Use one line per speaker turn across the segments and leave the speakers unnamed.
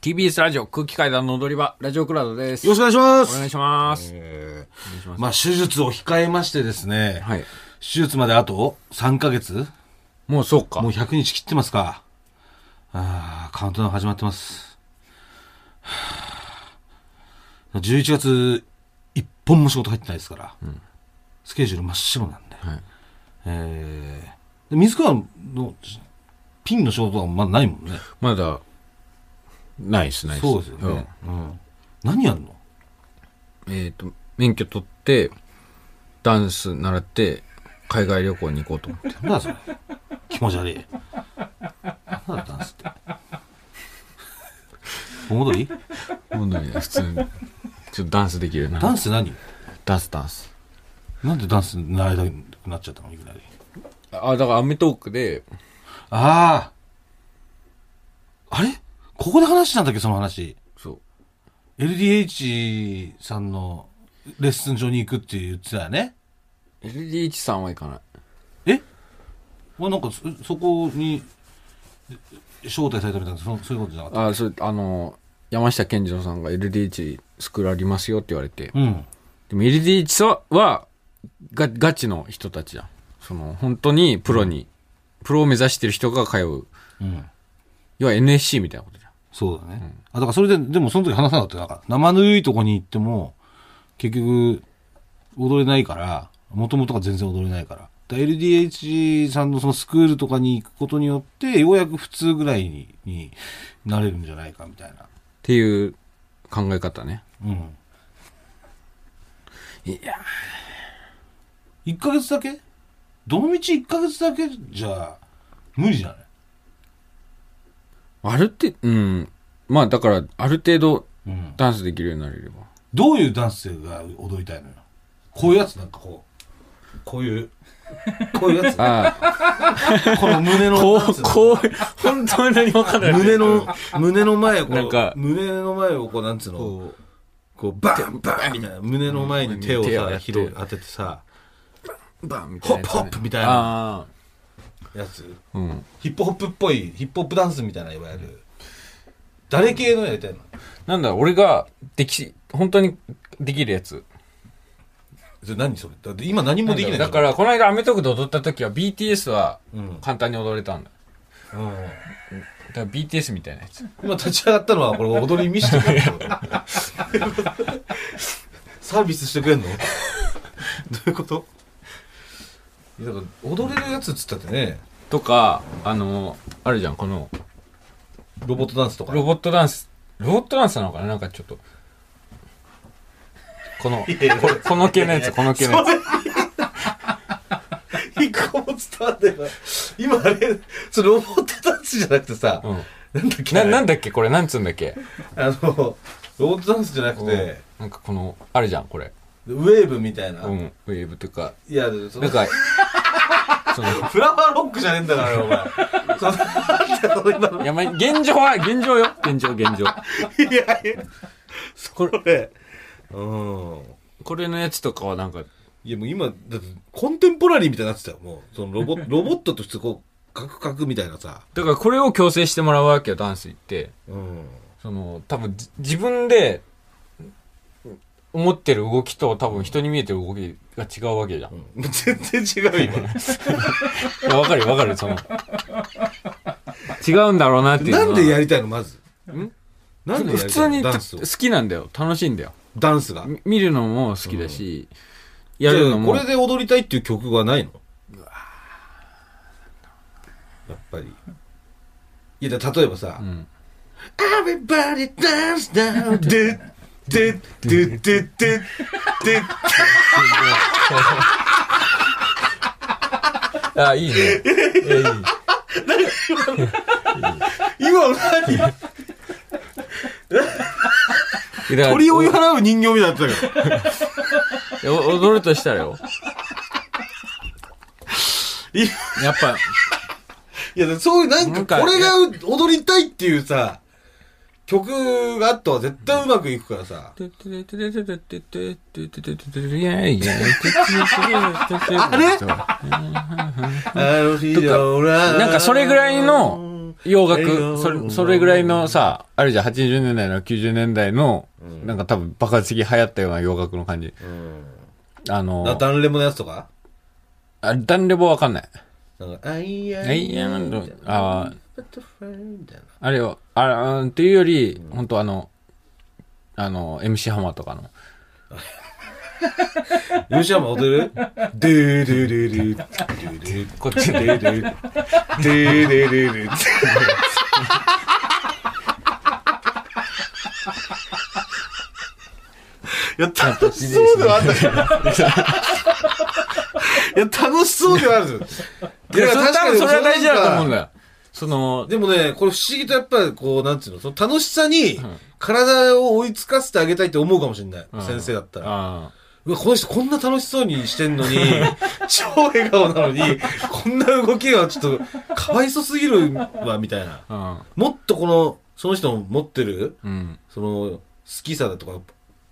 TBS ラジオ空気階段の踊り場、ラジオクラウドです。
よろしくお願いしま
お
す。
願いします。
えー
願いします
まあ、手術を控えましてですね、
はい
手術まであと3ヶ月
もうそうか。
もう100日切ってますか。あーカウントダウン始まってます。 はあ11月、一本も仕事入ってないですから、スケジュール真っ白なんで。
はい
えーで水川のピンの仕事はまだないもんね。
まだ、ないです、ない
そうですよね。うん何やんの
うんえっ、と、免許取って、ダンス習って、海外旅行に行こうと思って。
なんだそれ。気持ち悪い。なんだダンスって。盆踊り
本当に普通に、ちょっとダンスできるようにな
ダ
る。
ンスって何
ダンス、ダンス。
なんでダンス習いたくなっちゃったのいきなり。
あ、だからアメトークで、
ああ。あれここで話したんだっけその話。
そう。
LDH さんのレッスン場に行くって言ってたよね。
LDH さんは行かない。
え俺なんかそ、そこに招待されたみたいな、そそういうことじゃなかっ
あ、それ、あの、山下健二郎さんが LDH スクールありますよって言われて、
た。うん。
でも LDH さは、が、ガチの人たちじゃん。その、本当にプロに、プロを目指してる人が通う。
うん。
要は NSC みたいなことじゃん。
そうだね。あ、だからそれで、でもその時話さなかったよなんか、生ぬるいとこに行っても、結局、踊れないから、もともとが全然踊れないから。だ LDH さんのそのスクールとかに行くことによって、ようやく普通ぐらいにになれるんじゃないか、みたい
っ
な。
ていう考え方ね。
うん。
いや
1ヶ月だけどの道1ヶ月だけじゃ、無理じゃない
あるって、うん。まあだから、ある程度
うん。
ダンスできるようになれれば。
どういうダンスが踊りたいのよ。こういうやつなんかこう、こういう、こうい うやつ。
あ
この胸
あ、
の
こ
ダンス
う、こう、本当に何もわかんない。
胸の、 胸の前をこう、
なんか
胸の前をこう、なんつうの、こ
こ
う、バンバンみたいな、胸の前に手をさ、
手をやって
広当ててさ、
う、バンみたい
ホ
なや
ッ
つ
プホ
ね、
ップみたいな
あ
やつ、
あ、うん。
ヒップホップっぽい、ヒップホップダンスみたいな、いわゆる、誰系のやりたいの
なんだろう、俺が、でき、本当にできるやつ。
それ何それだって今何もできない、
だからら、この間アメトークで踊った時は BTS は
うん。うん
簡単に踊れたんだ。だから BTS みたいなやつ。
今立ち上がったのは、これ踊り見せてくれるのサービスしてくれんのどういうこといやだから踊れるやつっつったってね、
とか、あの、あるじゃん、この、
ロボットダンスとか。
ロボットダンス、ロボットダンスなのかななんかちょっと。この、ここの系のやつ、この系のやつ。
一個も伝わってない。今あれ、それロボットダンスじゃなくてさ、
うん。
なんだっけ
な、なんんだっけこれ、なんつうんだっけ
あの、ロボットダンスじゃなくて、
なんかこの、あるじゃん、これ。
ウェーブみたいな。
うん。ウェーブとか、
いや、そ
な
の
んか、その、
フラワーロックじゃねえんだからよ、お前。 そのなんだよその今の
いや、まあ、現状は、現状よ。現状、現状。
いやいや、
これ、
これ。うん。
これのやつとかはなんか、
いや、もう今、だってコンテンポラリーみたいになってたよ、もう。そのロボ ロボットとしてこう、カクカクみたいなさ。
だからこれを強制してもらうわけよ、ダンス行って。
うん。
その、多分じ自分で思ってる動きと多分人に見えてる動きが違うわけじゃん。い
うん全然 違う、今。
やわかるよわかるよ、その。違うんだろうなっていうの
な
は。
んでやりたいのまず。
ん
なんでやりたいの
普通に
ダ
た
ンスを
好きなんだよ。楽しいんだよ。
ダンスが。
み見るのも好きだし、やるのも。
じゃあこれで踊りたいっていう曲がないのやっぱり。いや、だから例えばさ、
ん
Everybody dance now, do, do, do, do, do, do, do.
あ、いいね。いやいい。
今
い
何
やだから
鳥を追い払う人形みたいになってたけど。
いやお踊るとしたらよ。
いや
やっぱ、
いや、だからそういう、なん
なん
か、
か
これが踊りたいっていうさ、曲があったら絶対うまくいくからさ。
あ
あれ
なんかそれぐらいの、洋楽、それ、それぐらいのさ、あるじゃん、80年代の90年代の、なんか多分爆発的に流行ったような洋楽の感じ。あ
な
の、
ダンレモのやつとか
あダンレボわかんない。
なんか、あいや
アイアンドあ
バタフライみたいな。
あれよ、ああーっていうより、本当あの、あの、MC ハマーとかの。
ルシアも踊るデーデーデーデーデーデーこっちデーデーデーデーデーデーデーいや、楽しそうではあったけど。いや、楽しそうではあるんですよ
いや、それ多
確か
分
に
それは大事だと思うん
なんか
だよ。その、
でもね、これ不思議とやっぱりこう、なんていうの、その楽しさに体を追いつかせてあげたいって思うかもしれない。先生だったら。
あ
うわ、この人こんな楽しそうにしてんのに、 超笑顔なのに、こんな動きがちょっと、かわいそすぎるわ、みたいな。
あ、
もっとこの、その人の持ってる、
うん、
その、好きさだとか、ちょっ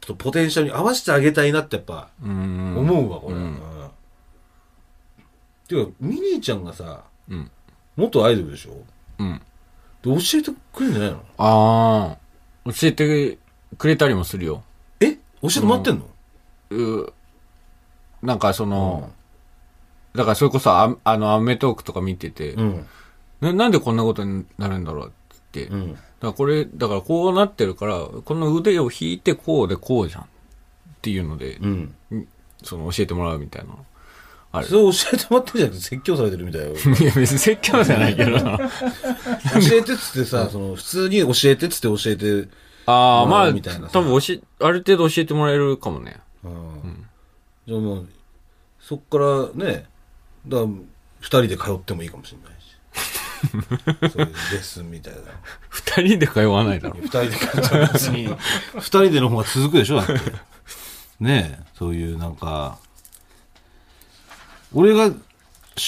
とポテンシャルに合わせてあげたいなってやっぱ、
うん、
思うわ、これ。
う
うんんていうか、ミニーちゃんがさ、
うん、
元アイドルでしょ
うん。
で、教えてくれるんじゃないの
ああ、教えてくれたりもするよ。
え教えてもらってんの、
うなんかその、だからそれこそあ、あの、アメトークとか見てて、
ん。
ななんでこんなことになるんだろうって。
う
だか
ん。
らこれ、だからこうなってるから、この腕を引いてこうでこうじゃんっていうので、
うん。
その教えてもらうみたいな。 あれ
そ。れ教えてもらってんじゃなくて説教されてるみたいよ。
いや別に説教じゃないけどな。
教えてっつってさ、その、普通に教えてっつって教えて、うん。
ああ、ま
も
あ、
うみたいなさ
多分教え、ある程度教えてもらえるかもね。
じゃあもう、そっからね、だから、二人で通ってもいいかもしれ ないし。そういうレッスンみたいな。
二人で通わないだろ。
二人で通っても別に、 二人での方が続くでしょだって。ねえ、そういうなんか、俺が、手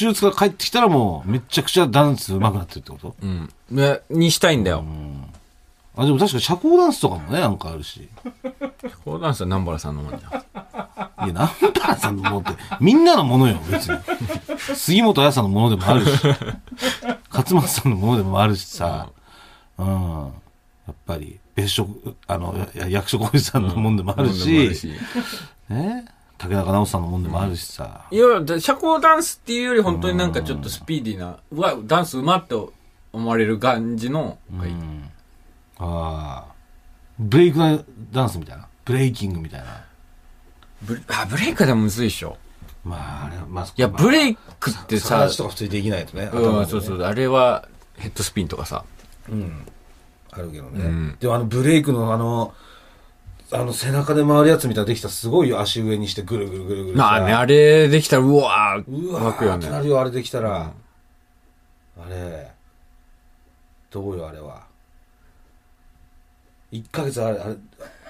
術から帰ってきたらもう、めちゃくちゃダンス上手くなってるってこと
うん。ねにしたいんだよ。
あ、でも確か社交ダンスとかもね、なんかあるし。
このダンスは南原さんのもんじゃん。
いや、南原さんのものって、みんなのものよ、別に。杉本彩さんのものでもあるし、勝松さんのものでもあるしさ、うん。やっぱり、別職、あの、や役所広司さんのものでもあ
も
る
んでも
し、
あるし
ね。竹中直人さんのものでもあるしさ。
いや、だ社交ダンスっていうより本当になんかちょっとスピーディーな、うわ、ダンスうまって思われる感じの、はい
うんああ。ブレイクダンスみたいな。ブレイキングみたいな。
ブあ、ブレイクでもむずいでしょ。
まあ、あれは、まあ、
いや、ブレイクって
ク
さ、
とか普通にできないとね。
うん、そうそう、あれはヘッドスピンとかさ。
うん。あるけどね。
うん
でもあのブレイクのあの、あの背中で回るやつみたいなできたすごい足上にしてぐるぐるぐるぐる
まあね、あ
れ。
れできたら、うわ
う
ー、
わ
湧く
ー
よ
って
ね
な。るよ、あれできたら。あれ、どうよ、あれは。1ヶ月あれ、あれ、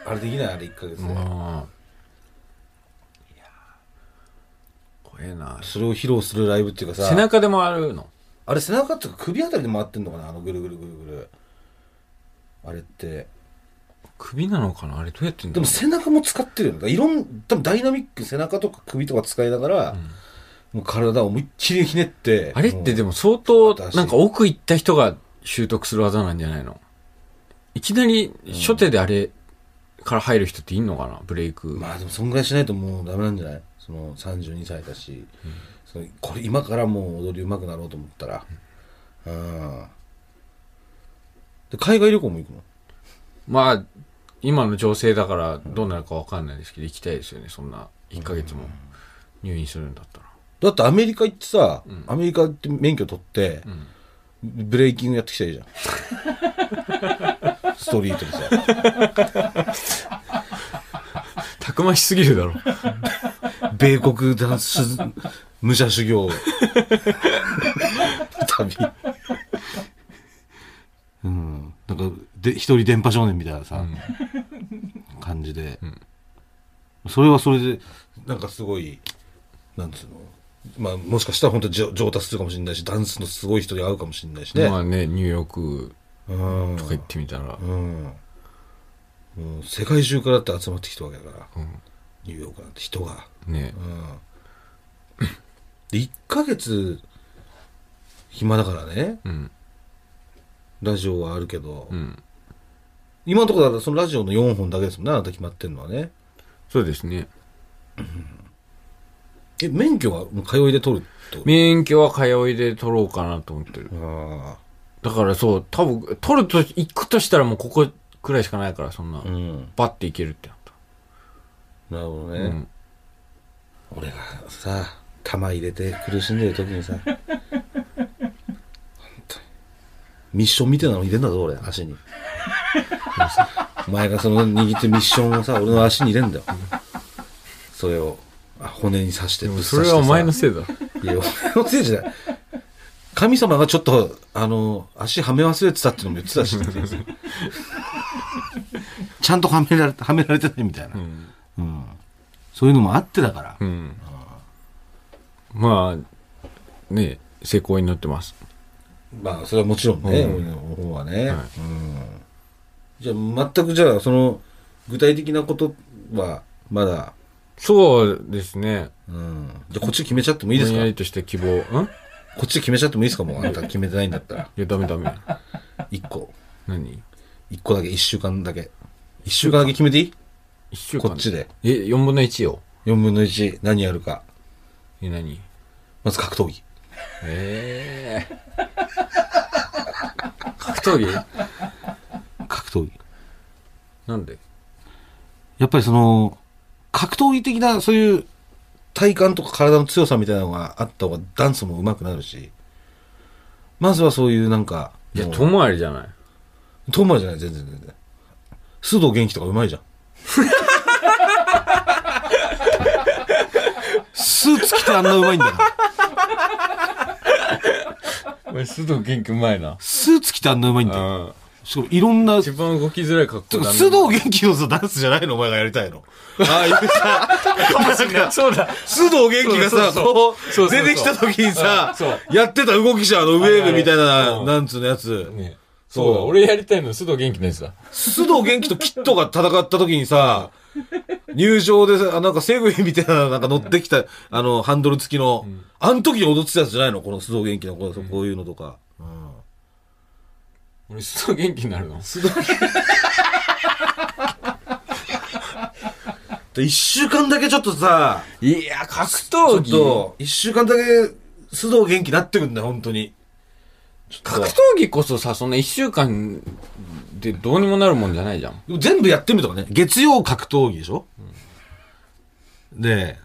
あれできないあれ1ヶ月
うん。い
で。
やー怖えな。
それを披露するライブっていうか
背
さ、
中でもあるの
あれ背中っていうか首あたりで回ってんのかなあのぐるぐるぐるぐる。あれって。
首なのかなあれどうやってんだ
で
ろう
も背中も使ってるよね。だからいろん、多分ダイナミック、背中とか首とか使いながら、もう体を思いっきりひねって。
あれってで
も
も相当、
新しい
なんか奥行った人が習得する技なんじゃないのいきなり初手であれから入る人っていんのかなブレイ
う。
ク。
まあでも、損害しないともうダメなんじゃないその32歳だし、そのこれ今からもう踊り上手くなろうと思ったら。うん。で、海外旅行も行くの
まあ、今の情勢だからどうなるかわかんないですけど、行きたいですよね。そんな1ヶ月も入院するんだったら。
だってアメリカ行ってさ、アメリカって免許取って、
ん
ブレイキングやってきたらいいじ ゃん。ストリートでさ。
たくましすぎる だろ。
米国ダンス武者修行 旅うんなんかで一人電波少年みたいなさ、感じで、それはそれでなんかすごいなんつうのまあもしかしたら本当に上上達するかもしれないしダンスのすごい人に会うかもしれないしね、
まあね、ニューヨーク
うん
とか行ってみたら。
うんもう世界中からだって集まってきたわけだから、
うん
ニューヨークなんて人が。
ね
うんで1ヶ月暇だからね
うん。
ラジオはあるけど、
うん。
今のところだからそのラジオの4本だけですもんね、あなた決まってんのはね。
そうですね。
え、免許はもう通いで取るってこと
免許は通いで取ろうかなと思ってる。
あ
だからそう、多分、取ると、行くとしたらもうここくらいしかないから、そんな
あ、う。ん。
バッて行けるってなった。
なるほどね。
うん。
俺がさ、玉入れて苦しんでる時にさ、本当にミッションみたいなの入れんだぞ、俺、足に。お前がその握ってミッションをさ、俺の足に入れんだよ。それを、あ骨に刺して、
で
ぶっ
も
刺して
それはお前の
さ
せいだ。
いや、俺のせいじゃない。神様がちょっと、あの、足はめ忘れてたってのも言ってたし、ちゃんとはめられて、はめられてないみたいな。
うん。
うんそういうのもあってだから。
うん。まあ、ねえ、成功になってます。
まあ、それはもちろんね、
うん
俺の方はね。
は
うんじゃあ、全くじゃあ、その、具体的なことは、まだ、
そうですね。
うん。じゃあ、こっち決めちゃってもいいです
ぼんや
かこ
りとした希望。ん
っち決めちゃってもいいですかもう、あんた決めてないんだっ たら。
いや、ダメダメ。
一個。
何
一個だけ、一週間だけ。一週間だけ決めていい
一週間
こっち。で。
え、4分の1よ。
4分の1、何やるか。
え、何
まず格闘技。
ええ格闘技
格闘技。
なんで
やっぱりその、格闘技的な、そういう、体幹とか体の強さみたいなのがあった方がダンスも上手くなるし、まずはそういうなんか、
いや、
もう
遠回りじゃない。
遠回りじゃない、全然全然。須藤元気とか上手いじゃん。スーツ着てあんな上手いんだから。
お前、須藤元気うまいな。
スーツ着てあんな上手いんだよ。
うん。
しかもいろんな、
一番動きづらい格好だね。
須藤元気のさ、ダンスじゃないのお前がやりたいの。ああいうさ、
そうだ。
須藤元気がさ、
そう
こ
そううそう
出てきた時にさ
そう、
やってた動きじゃん、あのウェーブみたい
あれあ
な、
れ
なんつうのやつ。
ねそうだ、俺やりたいの須藤元気のやつだ。
須藤元気とキットが戦った時にさ、入場でさ、なんかセグウェイみたいななんか乗ってきた、あの、ハンドル付きの、あの時に踊ってたやつじゃないのこの須藤元気のこうこういうのとか。うん
俺、須藤元気になるの
須藤元気。一週間だけちょっとさ、
いや、格
ちょ
闘
っと、一週間だけ須藤元気なってくんだよ、本当に。ちょっと
格闘技こそさ、そんな一週間でどうにもなるもんじゃないじゃん。
でも全部やってみるとかね。月曜格闘技でしょ、で、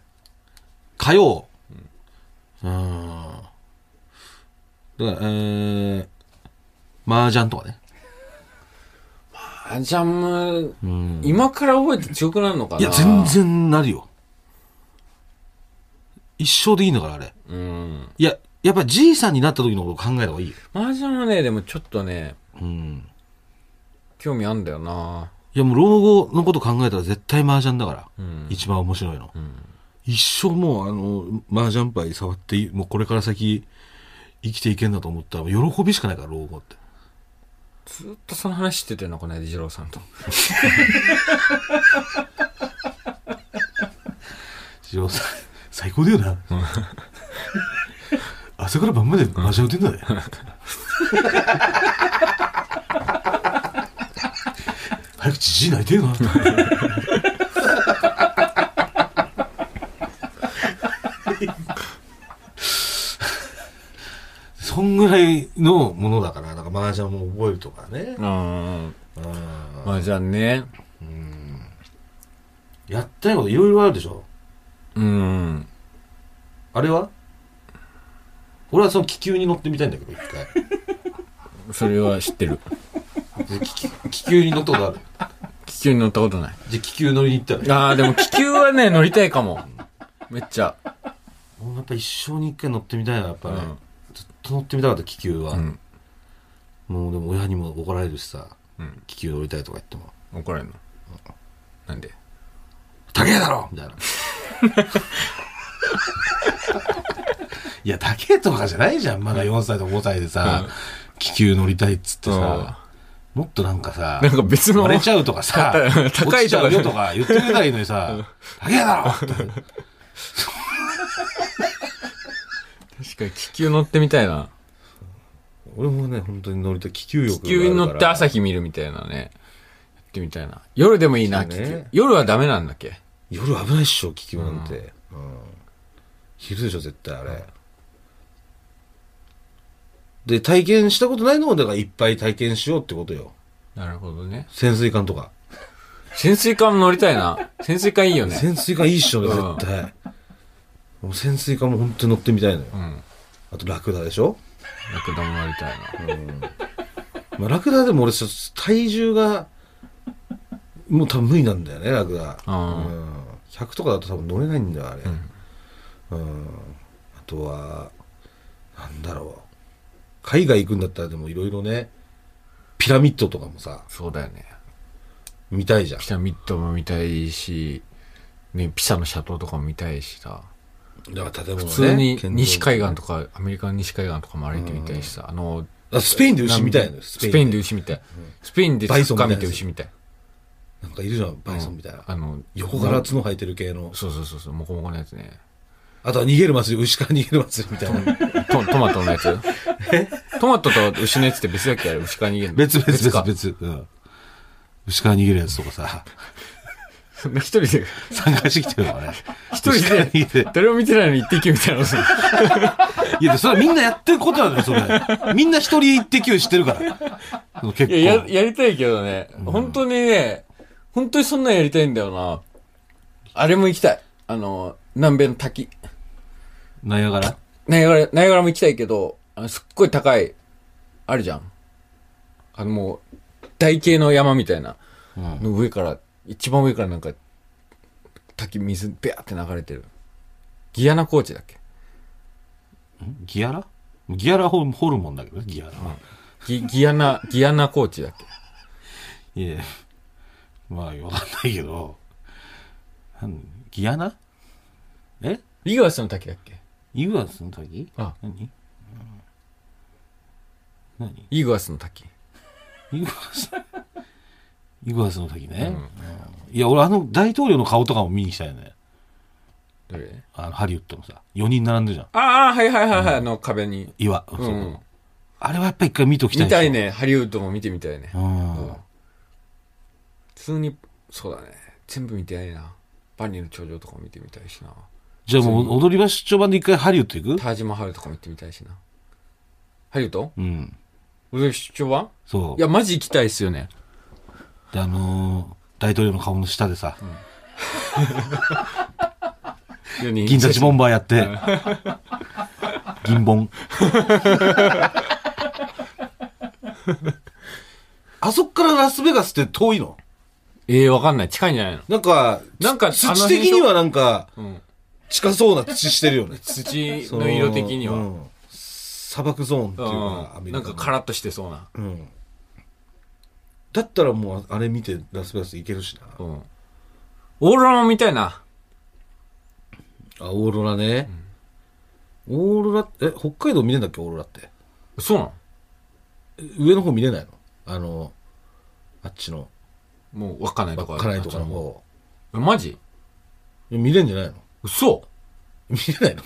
火曜。うん。だから、えー、麻雀とかね。
あ、じゃあもう、
うん。
今から覚えて強くなるのかない
や、全。然なるよ。一生でいいんだから、あれ。
うん。
いや、やっぱじいさんになった時のことを考えた方がいいよ。
麻雀はね、でもちょっとね、
うん。
興味あんだよない
や、もう老後のこと考えたら絶対麻雀だから。
うん。
一番面白いの。
うん。
一生もうあの、麻雀牌触っていい、もうこれから先生きていけんだと思ったら、喜びしかないから、老後って。
ずっとその話しててんの、この間、二郎さんと。
史上さん、最高だよな。朝から晩まで麻雀打てんだね。早くじじい泣いてよな。そんぐらいのものだから、なんか麻雀も覚えるとかね。
うん。
うん
麻雀ね。
やったいこといろいろあるでしょ
うん。
あれは俺はその気球に乗ってみたいんだけど、一回。
それは知ってる。
気球気球に乗ったことある。
気球に乗ったことない。
じゃあ気球乗りに行ったら。
ああ、でも気球はね、乗りたいかも。めっちゃ。
もうやっぱ一生に一回乗ってみたいな、やっぱね。
うん
ずっと乗ってみたかった、気球は。
うん。
もうでも親にも怒られるしさ、
うん
気球乗りたいとか言っても、
怒られるのなんで
高えだろみたいな。いや、高えとかじゃないじゃん。まだ4歳とか5歳でさ、
う
気球乗りたいっつって
うん
さ、もっとなんかさ、
なんか別の。
割れちゃうとかさ
高い、とか
落ちちゃうよとか言ってくれたらいいのにさ、あげやだろって
確かに気球乗ってみたいな。
俺もね、本当に乗りたい。気球欲
気球に乗って朝
日。
日見るみたいなね。やってみたいな。夜でもいいな、
そう
気
ね
球。夜はダメなんだっけ
夜危ないっしょ、気球なんて。うん昼でしょ、絶対あれ。で、体験したことないのを、だからいっぱい体験しようってことよ。
なるほどね。
潜水艦とか。
潜水艦も乗りたいな。潜水艦いいよね。
潜水艦いいっしょね、
うん
絶対。もう潜水艦も本当に乗ってみたいのよ。
うん。
あとラクダでしょ
ラクダも乗りたいな。
まあ、ラクダでも俺ちょっと体重がもう多分無理なんだよねラクダ、
うん
うん100とかだと多分乗れないんだよあれ、うんあとはなんだろう海外行くんだったらでもいろいろねピラミッドとかもさ
そうだよね。
見たいじゃん
ピラミッドも見たいし、ね、ピサのシャトーとかも見たいしさ。
だから建物ね
普通に
建造物
西海岸とか、アメリカの西海岸とかも歩いてみたいしさ。あの、
あスペインで牛見たいのよ
スペインで
で
牛みたい。スペインでサッカー見て牛みたい。
なんかいるじゃんバイソンみたいな、
あの、
横から角生えてる系の
そうそうそうそう、もこもこのやつね。
あとは逃げる祭り牛から逃げる祭りみたいな
トトマトのやつトマトと牛のやつって別だっけあれ牛から逃げるの
別々別
か
々。別うん。牛から逃げるやつとかさ、
そんな一人で
参加してきてる からね。
一
牛から
人
逃げ
で
て。
誰も見てないのに一滴みたいなのする
いや、でそれはみんなやってることなのよ、それ。みんな一人一滴をしてるから。その結構。
いやややりたいけどね、本当にね本当にそんなんやりたいんだよなあれも行きたいあの南米の滝
ナイアガラ
ナイアガラナイアガラも行きたいけどあのすっごい高いあるじゃんあのもう台形の山みたいな
うん。
の上から、一番上からなんか、滝、水、ビャーって流れてる。ギアナ高地だっけ
ギアラギアラホホルモンだけどね、ギアラ。
ギギアナ、ギアナ高地だっけ
いや、まあ、わかんないけど。なんギアナえ
リガースの滝だっけ
イグアスの時
あ
何うん何
イーグアスの滝。
イグアス。イグアスの時ね。いや、俺あの大統領の顔とかも見に行きたいよね。
どれ
あの、ハリウッドのさ、4人並んでるじゃん。
ああ、はいはいはいはい、あの壁に。
岩。そうこ
ん。
あれはやっぱ一回見ときたい
見
でしょ
たい。ね。ハリウッドも見てみたいね。
うん。
普通に、そうだね。全部見てないな。バニーの頂上とかも見てみたいしな。
じゃあもう踊り場出張版で一回ハリウッド行く
タージマハルとかも行ってみたいしな。ハリウッド
うん。
俺出張版
そう。
いや、マジ行きたいっすよね。
で、あのー大統領の顔の下でさ、銀座チボンバーやって、銀ボン。 あそっからラスベガスって遠いの
ええわかんない。近いんじゃないの
なんか、
なんか
土
あの
土
辺
的にはなんか、
ん
近そうな土してるよね。
土
そ
の色的には。
う
うん
ん砂漠ゾーンっていうか、アメリカ
な
の
んかカラッとしてそうな。
うん。だったらもう、あれ見てラスベガス行けるしな。
うん。オーロラも見たいな。
あ、オーロラね。オーロラ、え、北海道見れんだっけ、オーロラって。
そうなの
え上の方見れないのあの、あっちの、
もうわかんないとか。
稚内とかの方。
えマジ
見れんじゃないの
嘘
見れないの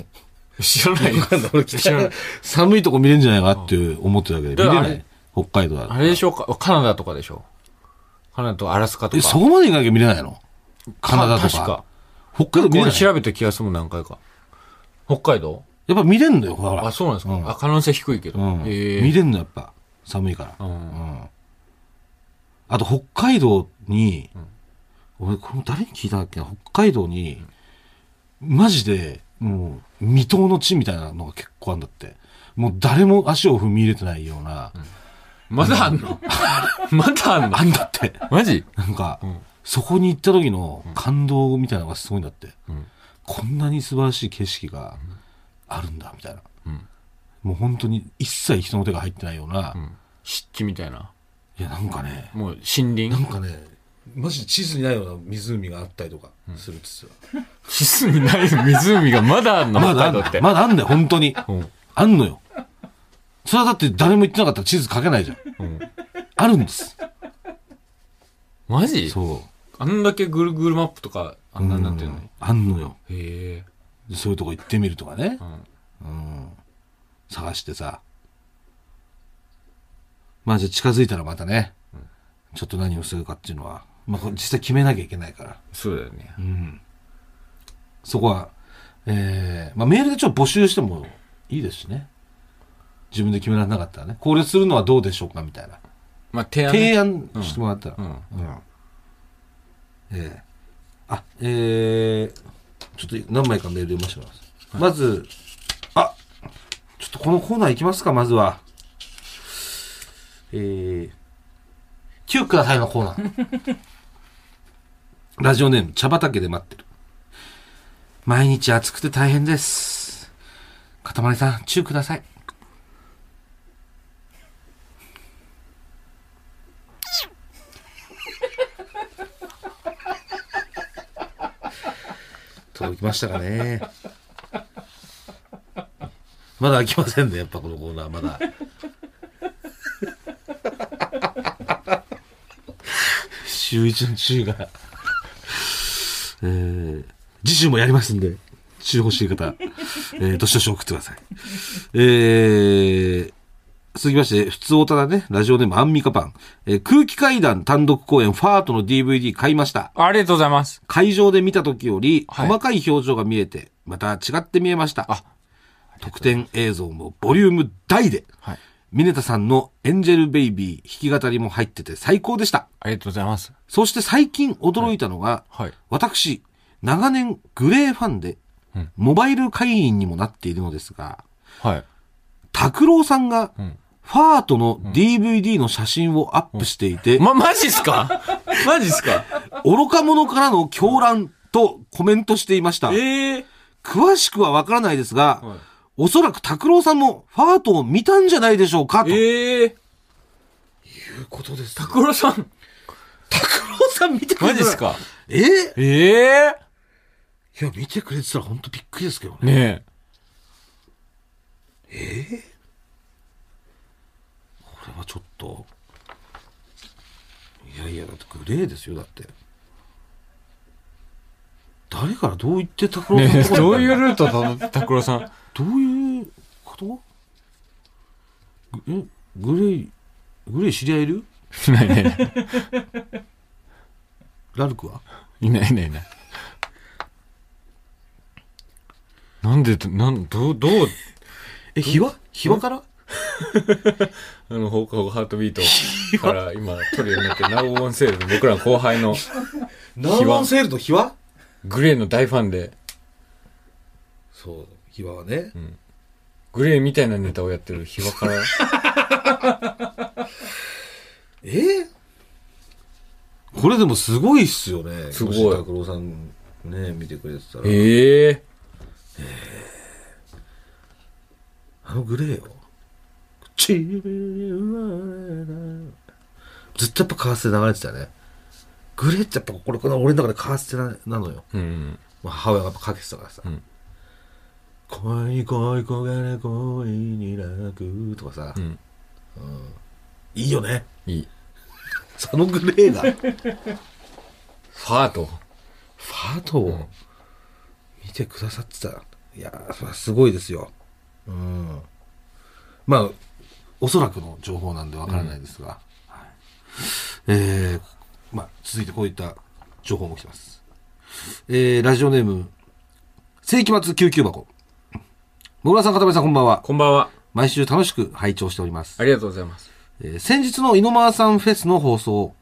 知らないよ
わかんない 俺
知らない
寒いとこ見れんじゃないかなっていう思ってたけど、
うん
見れ
だから
な
あれ
い北海道だ
あれでしょうかカナダとかでしょカナダとアラスカと
え、
か。
そこまで行かなきゃ見れないの
か
カナダと
確
か
か。。
北海道見れ
俺
ないや
調べた気がするもん、何回か。北海道
っぱ見れんのよ、ほら。
あ、そうなんです
うん
か。あ、可能性低いけど。
うん
ええ
見れんのやっぱ寒いから、
う
うんんあと北海道に、俺これ誰に聞いたんだっけな北海道に、マジでもう未踏の地みたいなのが結構あるんだってもう誰も足を踏み入れてないような、
まだあん のまだあんの
あんだって
マジ
なんか、
うん
そこに行った時の感動みたいなのがすごいんだって、
うん
こんなに素晴らしい景色があるんだみたいな、
うん
もう本当に一切人の手が入ってないような、
うん湿地みたいな。
いやなんかね
もう森
なん
林
かね、マジで地図にないような湖があったりとかするつつは。
地図にない湖がまだあんの北
まだあ
海
ん
道
の
って。
まだあんだよ、本当に。
うん
あんのよ。それはだって誰も言ってなかったら地図書けないじゃん。
うん
あるんです。
マジ
そ
あんだけグルグルマップとか、あ
う。
んなになってるのに。
うんあんのよ。
へえ。
そういうとこ行ってみるとかね
う。ん。
うん。探してさ。まあじゃあ近づいたらまたね、ちょっと何をするかっていうのは、まあこれ実際決めなきゃいけないから、
そうだよね。
そこは、えー、まあメールでちょっと募集してもいいですしね。自分で決められなかったらね。これするのはどうでしょうかみたいな。
まあ、提案ね。
提案してもらったら。
うん。
うんええあ、えー、ちょっと何枚かメール読ませてもらいます。まず、あ、ちょっとこのコーナー行きますか、まずは。えー、キューくださいのコーナー。ラジオネーム、茶畑で待ってる。毎日暑くて大変です。かたまりさん、チューください。届きましたかね。まだ飽きませんね、やっぱこのコーナー、まだ。週一の注意が。えー、次週もやりますんで、注意欲しい方、えー、どしどし送ってください。えー、続きまして、普通オタだね、ラジオネームアンミカパン。えー空気階段単独公演ファートの DVD 買いました。
ありがとうございます。
会場で見た時より
はい
細かい表情が見えて、また違って見えました。特典映像もボリューム大で、
はい。
ミネタさんのエンジェルベイビー弾き語りも入ってて最高でした。
ありがとうございます。
そして最近驚いたのが、
はい。
私、長年グレーファンで、モバイル会員にもなっているのですが、
はい。
拓郎さんが
ん、
ファートの DVD の写真をアップしていて、
ま、マジっす かマジっすか
愚か者からの狂乱とコメントしていました。
ええ
詳しくはわからないですが、おそらく拓郎さんもファートを見たんじゃないでしょうかと。
ええ
いうことです。拓
拓郎さん。
郎さん見てくれ
マ
て
ジっすか
えい
ええ
や、見てくれてたら本当びっくりですけどね。
ね
これはちょっと。いやいや、だってグレーですよ、だって。誰からどう言って拓郎
え。
さん
ねえ、
のところ
どういうルートだ、拓郎さん。
どういうことぐえグレー、グレー知り合いいる
いないいないいない。
ラルクはい
ないいないいない。なんで、なん、どう、どう、
え、ひわひわから
あの、放課後ハートビートから今、トリオになって、ナウオンセールの僕らの後輩の
ナーマンセールとひわ
グレーの大ファンで、
そう、ひわはね。
グレーみたいなネタをやってるヒワから、
えこれでもすごいっすよね。
すごい
もし拓郎さんね、見てくれてたら。
ええ
あのグレーよ。唇はずっとやっぱカースで流れてたね。グレーってやっぱこれ、この俺の中でカーステななのよ。
うん。
まあ、母親がやっぱかけてたからさ。
うん
恋恋焦がれ恋に楽とかさ、
う
い
ん。
いよね。
いい。
そのグレーが。フ
ファート。
ァートを見てくださってた。いやー、それはすごいですよ。うん。まあ、おそらくの情報なんでわからないですが。はいえー、まあ、続いてこういった情報も来てます。えー、ラジオネーム、世紀末救急箱。野村さん、片目さん、こんばんは。
こんばんは。
毎週楽しく拝聴しております
あ。りがとうございます。
えー先日の井ノ間さんフェスの放送。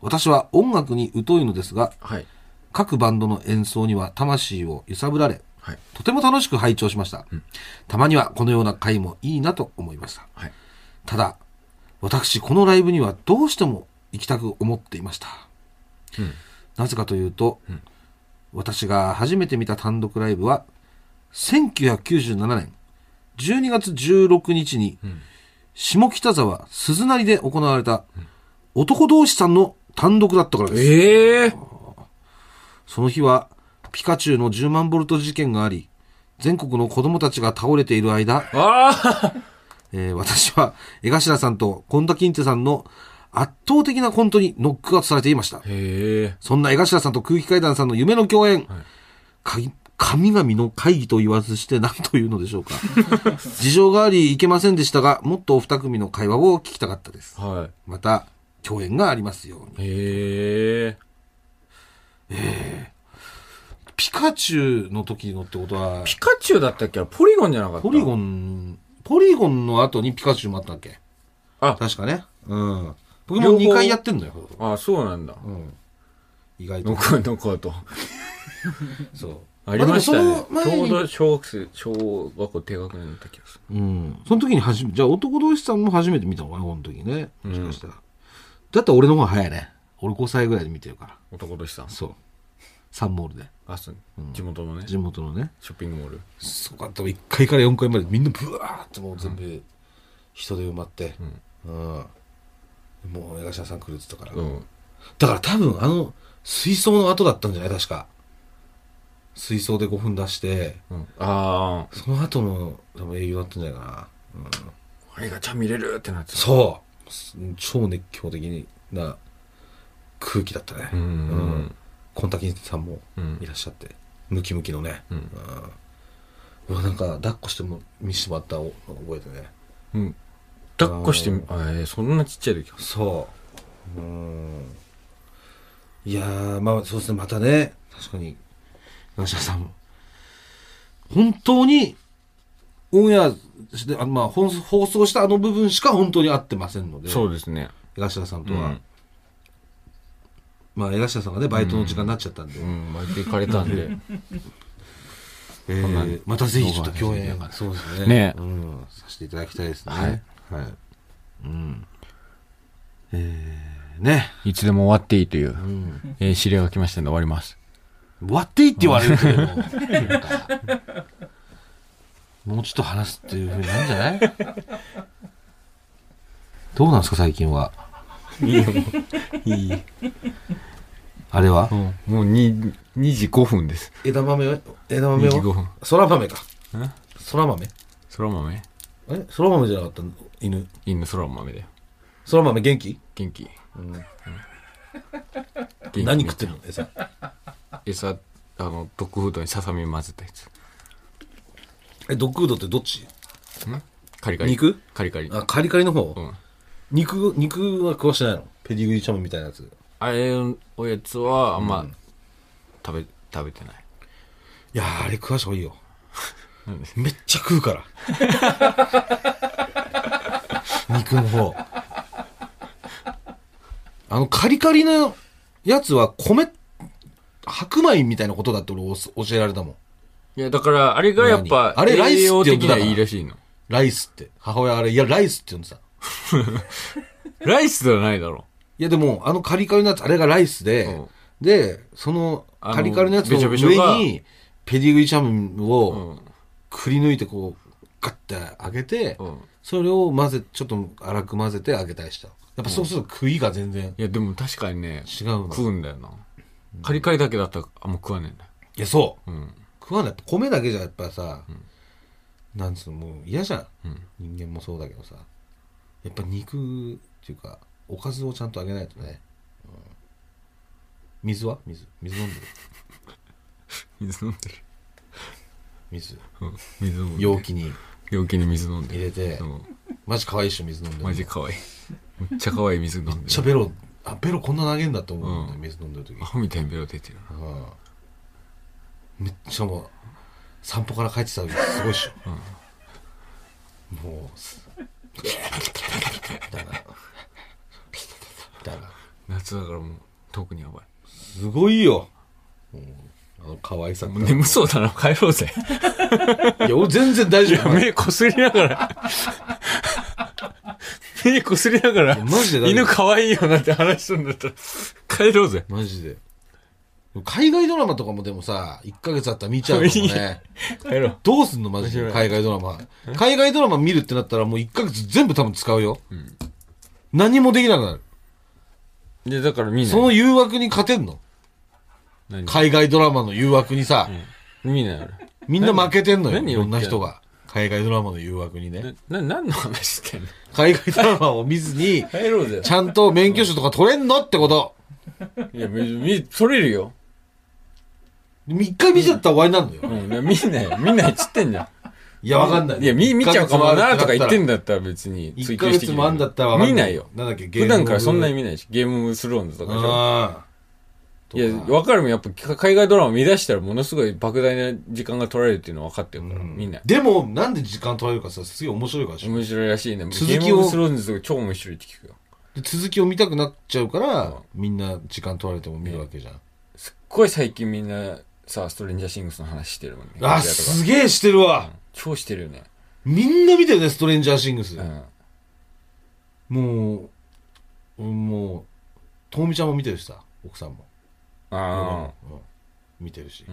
私は音楽に疎いのですが、
はい。
各バンドの演奏には魂を揺さぶられ、
はい。
とても楽しく拝聴しました。たまにはこのような回もいいなと思いました。
はい。
ただ、私、このライブにはどうしても行きたく思っていました。
うん
なぜかというと、私が初めて見た単独ライブは、1997年12月16日に、下北沢鈴なりで行われた、男同士さんの単独だったからです。
ええ
その日は、ピカチュウの10万ボルト事件があり、全国の子供たちが倒れている間、
ああ
えー私は江頭さんとコンダ・キンテさんの圧倒的なコントにノックアウトされていました。
へえ。
そんな江頭さんと空気階段さんの夢の共演、かい神々の会議と言わずして何というのでしょ うか。事情があり、いけませんでしたが、もっとお二組の会話を聞きたかったです。
は
また、共演がありますように。
い。へえ。
ピカチュウの時のってことは、
ピカチュウだったっけポリゴンじゃなかった
ポリゴ
ン。
ン、ポリゴンの後にピカチュウもあったっけ
あ
確かね。うん。僕も2回やってんのよ。
あ、そうなんだ。
うん。意外
ど
と。
こ、どこと。
そう。
ありました
まあ
ね
で。
ち
もその前
ょう
に
ど小学生、小学校低学年だった気がす
うん。その時に初め、じゃあ男同士さんも初めて見たのかな、この時ね。もしかしたら。だったら俺の方が早いね。俺5歳ぐらいで見てるから。
る。男としたん。
そう。サンモールで。
あ、そう。地元のね、シ
地元のね。
ョッピングモール。
そうか、多分1階から4階までみんなブワーってもう全部人で埋まって。うん。もう江頭さん来るって言ったから。
うん。
だから多分あの水槽の後だったんじゃない確か。水槽で5分出して、
うん。あ
その後の多分営業だったんじゃないかな。
あ、映画ちゃん見れるってなってた。
そうす超熱狂的な空気だったね、
う。
うんコンタキンさんも
うん
いらっしゃって、ムキムキのね、
うん
うわなんか抱っこしても見せてもらったの覚えてね
うん。抱っこしてみ、あえーそんなちっちゃい時か。
そううんいやーまあそうですねまたね確かにガシャさんも本当にオンエアしてあの、まあ、放送放送したあの部分しか本当に合ってませんので
そうですね。
江頭さんと
う
は、
ん。
まあ江頭さんがねバイトの時間になっちゃったんで、
うん、巻いていかれたん で。
えー
こんな
またぜひちょっと共演
動画が
そうですね
ね
うん、させていただきたいですね
はい、
はいうんえー、ね、
いつでも終わっていいという
う、ん、
えー指令が来ましたんで終わります。
終わっていいって言われるけどなんかもうちょっと話すっていうふうになるんじゃないどうなんですか最近はい
いよ、もう。いい。
あれは
うんもう2、2時5分です。
枝豆は枝豆
2時5
は
分。
そら豆か
え
そら豆
そら豆
えそら豆じゃなかったの犬
犬そら豆だよ。
そら豆元気
元気。気
何食ってるの餌
餌、あの、ドッグフードにささみ混ぜたやつ。
えドッグフードってどっち
カリカリ。
肉
カリカリ。
あカリカリの方、
うん。
肉肉は食わしてないのペディグリーチャムみたいなやつい
あれのおやつは、あんま、食べ、食べてない。
やーあれ食わした方がいいよ
なんです
めっちゃ食うから 肉の方あのカリカリのやつは米白米みたいなことだって俺お教えられたもん
いや、だから、あれがやっぱ
何、あれライスって
栄養的には
呼んでたから
いいらしいの。
ライスって母親あれいやライスって呼んでたい
ライスではないだろ
やでもあのカリカリのやつあれがライスで、
うん
でその
あの
カリカリのやつの
べちょべちょが
上にペディグリチャム
う。う
を
ん。
くり抜いてこうガッて揚げて、
うん。
それを混ぜ、ちょっと粗く混ぜて揚げたりした。やっぱそうすると食いが全然
いや、でも確かにね、
違うの。
食うんだよな。カリカリだけだったら、あんま食わねえんだよ。
いや、そう。
うん。
食わない。米だけじゃやっぱさ、なんつうの、もう嫌じゃん,、人間もそうだけどさ。やっぱ肉っていうか、おかずをちゃんと揚げないとね。うん水は水。水飲んでる。
水飲んでる。
水。
うん。水飲んでる。
容器に
容器に水飲んで
入
る。
れて
う、ん。
マジ可愛いっしょ、水飲んでる。
マジ可愛い。めっちゃ可愛い水飲んでる。
めっちゃベロ、あ、ベロこんな投げんだって思うんだよ、
うん
水飲んでる時
ア。ホみたいにベロ出てる
うんめっちゃもう散歩から帰ってた時すごいっしょ、もうすだからだから
な。夏だからもう、特にやばい。
すごいよもうあの可愛さ
もう眠そうだな、帰ろうぜ。
いや俺全然大丈夫
目こすりなが ら。目こすりながら。
マジで大丈
犬
夫
可愛いよなんて話すんだったら、帰ろうぜ。
マジで海外ドラマとかもでもさ1ヶ月あったら見ちゃうか もね
帰ろう。
どうすんのマジで海外ドラマ海外ドラマ見るってなったらもう1ヶ月全部多分使うよ、何もできなくなる
で、だから見
そ
ない。
の誘惑に勝てんの
何
海外ドラマの誘惑にさ、
見ない。
みんな負けてんのよ。
何
いろんな人が。海外ドラマの誘惑にね。
な、何の話してんの
海外ドラマを見ずに、
帰ろうぜ
ち。ゃんと免許証とか取れんのってこと。
いや、み、み、取れるよ。
でも一回見ちゃったら終わりなんだよ。
うん、見ないよ。見ないっつってんじゃ
いや、わかんない。
ん。いや、見、見ちゃうかもなとか言ってん
だ。
だったら別に
1
追
ヶ
求して
月
き
もあんだったらわかん
見ないよ。
なんだっけ、ゲー
普
ム
段からそんなに
見
見ないし、ゲームスローンズとかでしょ。
ああ。
いや、
とか
わかるもん。やっぱか海外ドラマ見出したらものすごい莫大な時間が取られるっていうのは分かってるから、見ない。
でも、なんで時間取られるかさ、すげえ面白いからでしょ。
面白いらしいね。ゲ
続きを
ームスローンズとか超面白いって聞くよ。
で続きを見たくなっちゃうから、みんな時間取られても見るわけじゃん。
すっごい最近みんなさ、ストレンジャーシングスの話してるもんね。
あ、
楽屋とか
すげえしてるわ。
超してるよね。
みんな見てるね、ストレンジャーシングス
う。ん。
もう、俺もう、ともみちゃんも見てるしさ、奥さんも。
ああ。
うん見てるし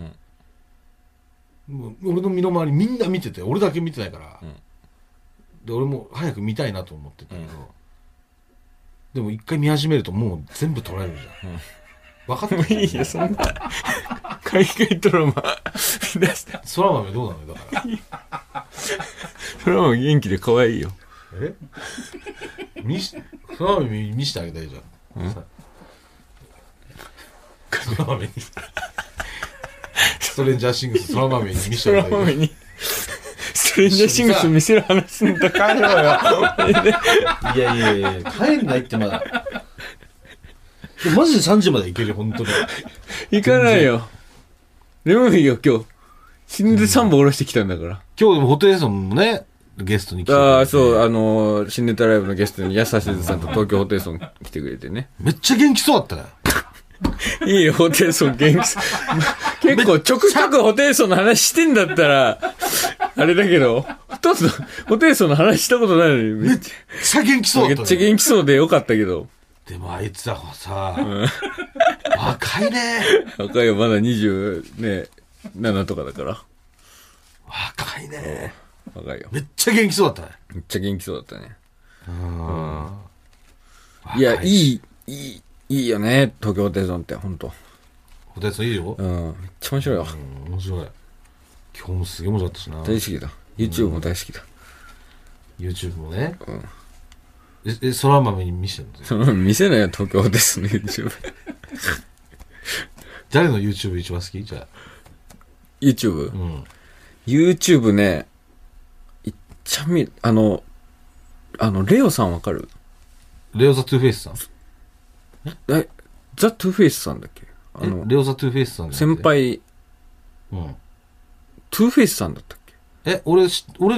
う、ん
もう俺の身の回りみんな見てて俺だけ見てないから、
うん
で俺も早く見たいなと思ってたけど、でも一回見始めるともう全部取られるじゃん、分かって
もう
る
いいよ、そんな。 海外ドラマ、 出した。
空豆どうなのよだから
ドラマ元気で可愛いよ。
え見し空豆見見してあげたいじゃん、さ空豆にストレンジャーシングス空豆に見して
ド
あげ
ラ
たいじ
マ
ゃん
に、ストレンジャーシングス見せる話なんだから。
いやいやいやいや帰んないってまだ。でもマジで3時まで行けるよ、本当に。
行かないよ。眠いよ、今日。死んで3本下ろしてきたんだから。
今日でもホテイソンもね、ゲストに来てくれて
ああ、そう、あのー、新ネタライブのゲストに安橋鈴さんと東京ホテイソン来てくれてね。
めっちゃ元気そうだったね。
いいよ、ホテイソン元気そう結構、ちょくちょくホテイソンの話してんだったら、あれだけど、ほとんど、ホテイソンの話したことないのに、めっち
めっちゃ元気
ゃ、
そう
め
だ
っ
っ
ち
た
ゃ
ね。
元気そうでよかったけど。
でもあいつらはさ、若いね。
若いよ、まだ27とかだから。
若いね。
若いよ。
めっちゃ元気そうだったね。
めっちゃ元気そうだったね。
うん。
いや、い
い。
い、いい、いいよね、東京ホテイソンって、ほんと。
ホテイソンいいよ
う。ん、めっちゃ面白いよ。
うん面白い。今日もすげえ面白かったしな。
大好きだ。YouTube も大好きだ。
YouTube もね。
うん
え、え、空豆に見せてんの
その見せないよ、東京ホテイソンの YouTube。
誰の YouTube 一番好きじゃ
YouTube?
あ。うん。
YouTube ね、いっちゃみ、あの、あの、レオさんわかる
レオザ・トゥーフェイスさん。
え、ザ・トゥフェイスさんだっけあ
え
の、
レオザ・トゥーフェイスさんじゃな
先
くて。
輩、
うん。
トゥフェイスさんだったっけ
え、俺し、俺、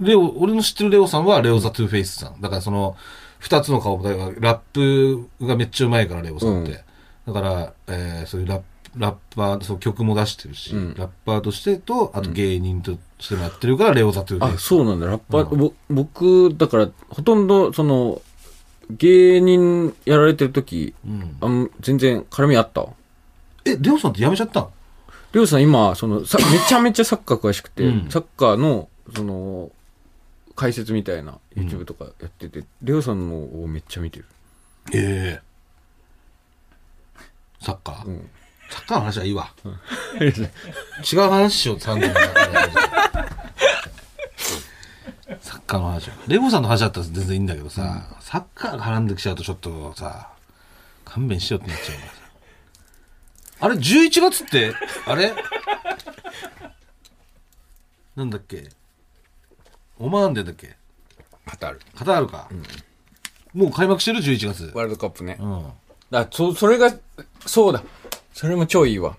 レオ、俺の知ってるレオさんはレオザ・トゥーフェイスさん。だからその、二つの顔、だからラップがめっちゃうまいから、レオさんって。だから、えーそういうラップ、ラッパー、そう曲も出してるし、
うん
ラッパーとしてと、あと芸人としてもやってるから、レオザ・トゥーフェ
あ、
イス。
そうなんだ。ラッパー、
うん
ぼ僕、だから、ほとんど、その、芸人やられてる時
うん
あん全然絡みあったわ
え、レオさんって辞めちゃったの
りょうさん今、その、 さ、めちゃめちゃサッカー詳しくて、
うん
サッカーの、その、解説みたいな
うん
YouTube とかやってて、りょうさんのをめっちゃ 見てる。
ええサッカー、
うん。
サッカーの話はいいわ。違う話しよう、3人サッカーの話はレゴさんの話だったら全然いいんだけどさ、サッカーが絡んできちゃうとちょっとさ、勘弁しようってなっちゃうからさ。あれ、11月って、あれなんだっけオマーンでだっけ
カタール。
カタールか、もう開幕してる ?11 月。
ワールドカップね。
うん。
だそ、それが、そうだ。それも超いいわ。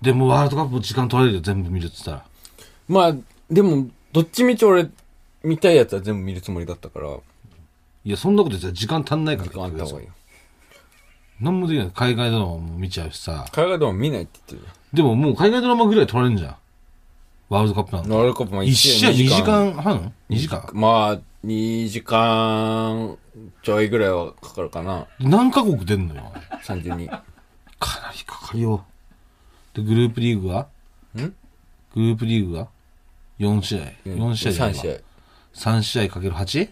でもワールドカップも時間取られるよ、全部見るって言ったら。
まあ、でも、どっちみち俺、見たいやつは全部見るつもりだったから、
いや、そんなこと言ったら時間足んないから。
時間あった方がいいよ。
何もできない。海外ドラマも見ちゃうしさ。
海外ドラマ見ないって言ってる
でももう海外ドラマぐらい取られるんじゃん。ワールドカップなん
じゃ
て
ん。ワールドカップも
一試合2時
間。
間半 ?2 時間
まあ、2時間ちょいぐらいはかかるかな。
何カ国出んのよ。
32。
かなりかかるよ。で、グループリーグは
ん
グループリーグは ?4 試合。4試合
3試合。
合。3試合かける 8?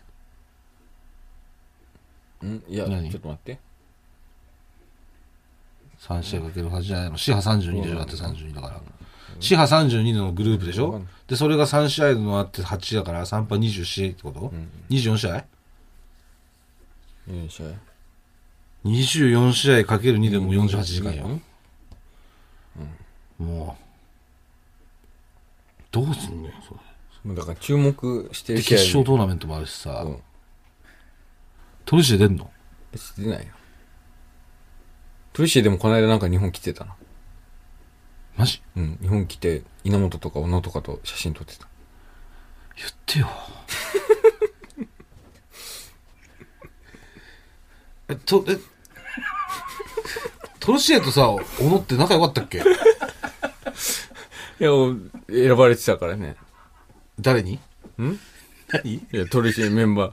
んいや、
何
ちょっと待って。
3試合かける8じゃないの。四波32でしょだって32だから。四波32のグループでしょで、それが3試合のあって8だから3波24試合ってこと、?24 試合
4試合。
24試合かける2でもう48時間よ。もうどうすんねんそれ
もうだから注目して
で
る
決
試合
勝トーナメントもあるしさ、
うん
トルシエ出んの
別に出ないよトリシエでもこの間なんか日本来てたな
マジ
うん日本来て稲本とか小野とかと写真撮ってた
言ってよ えとえトルシエとさ小野って仲良かったっけ
いやお選ばれてたからね
誰に
ん
何い
いやトリシエメンバ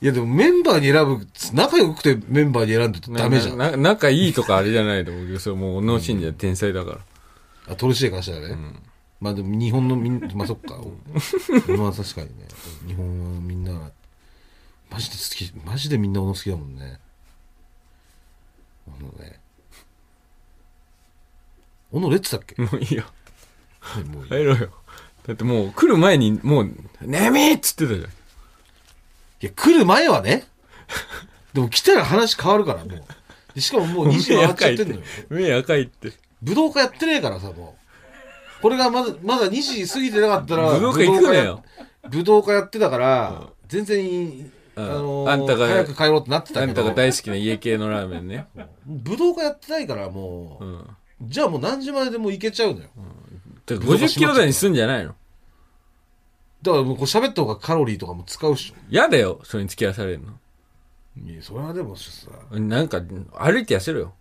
やでもメンバーに選ぶ仲良くてメンバーに選んでて
ー
ダメじゃん
なな仲いいとかあれじゃないと思うけどそれもう小野信者天才だから
あトルシエからしたらね、まあでも日本のみん まあそっかまあ確かにね日本はみんなマジで好きマジでみんな小野好きだもんね小野ね小野レッツだっけ、
もういいよ
もういい
入ろうよだってもう来る前にもう「眠い!」っつってたじゃん
いや来る前はねでも来たら話変わるからもうでしか ももう2時回っちゃってんのよ
目赤いって
武道家やってねえからさもうこれがまだまだ2時過ぎてなかったら
武道家行くなよ
武道家やってたから、全然、
う
あ
ん
の
あんたが
早く帰ろうってなって
あ
たけ
んた
ど
が大好きな家系のラーメンね
武道家やってないからも
う
う、
ん
じゃあもう何時まででも行けちゃうのよ、
だから50キロ台にすんじゃないの
だからもうこう喋った方がカロリーとかも使うっし
嫌だよそれに付き合わされるの
ょいやそれはでもさ
なんか歩いて痩せろよ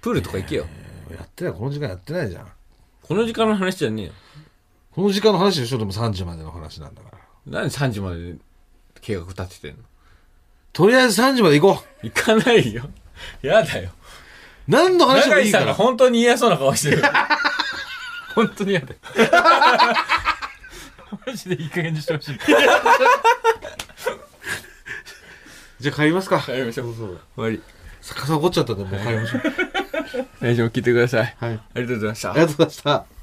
プールとか行けよ
やってないこの時間やってないじゃん
この時間の話じゃねえよ
この時間の話でしょでも3時までの話なんだから
なんで3時まで計画立ててんの
とりあえず3時まで行こう
行かないよ 嫌だよ
何の話でも
永
い
井
いか
さんが
ら
本当に嫌そうな顔してる 本当に嫌だ よ
マジでいい加減にしてほしい。
じゃあ帰ります か
帰りましょう
そう
終わり
逆さ怒っちゃったんでもう帰りましょう
来週も聞いてください
はい
ありがとうございました
ありがとうございました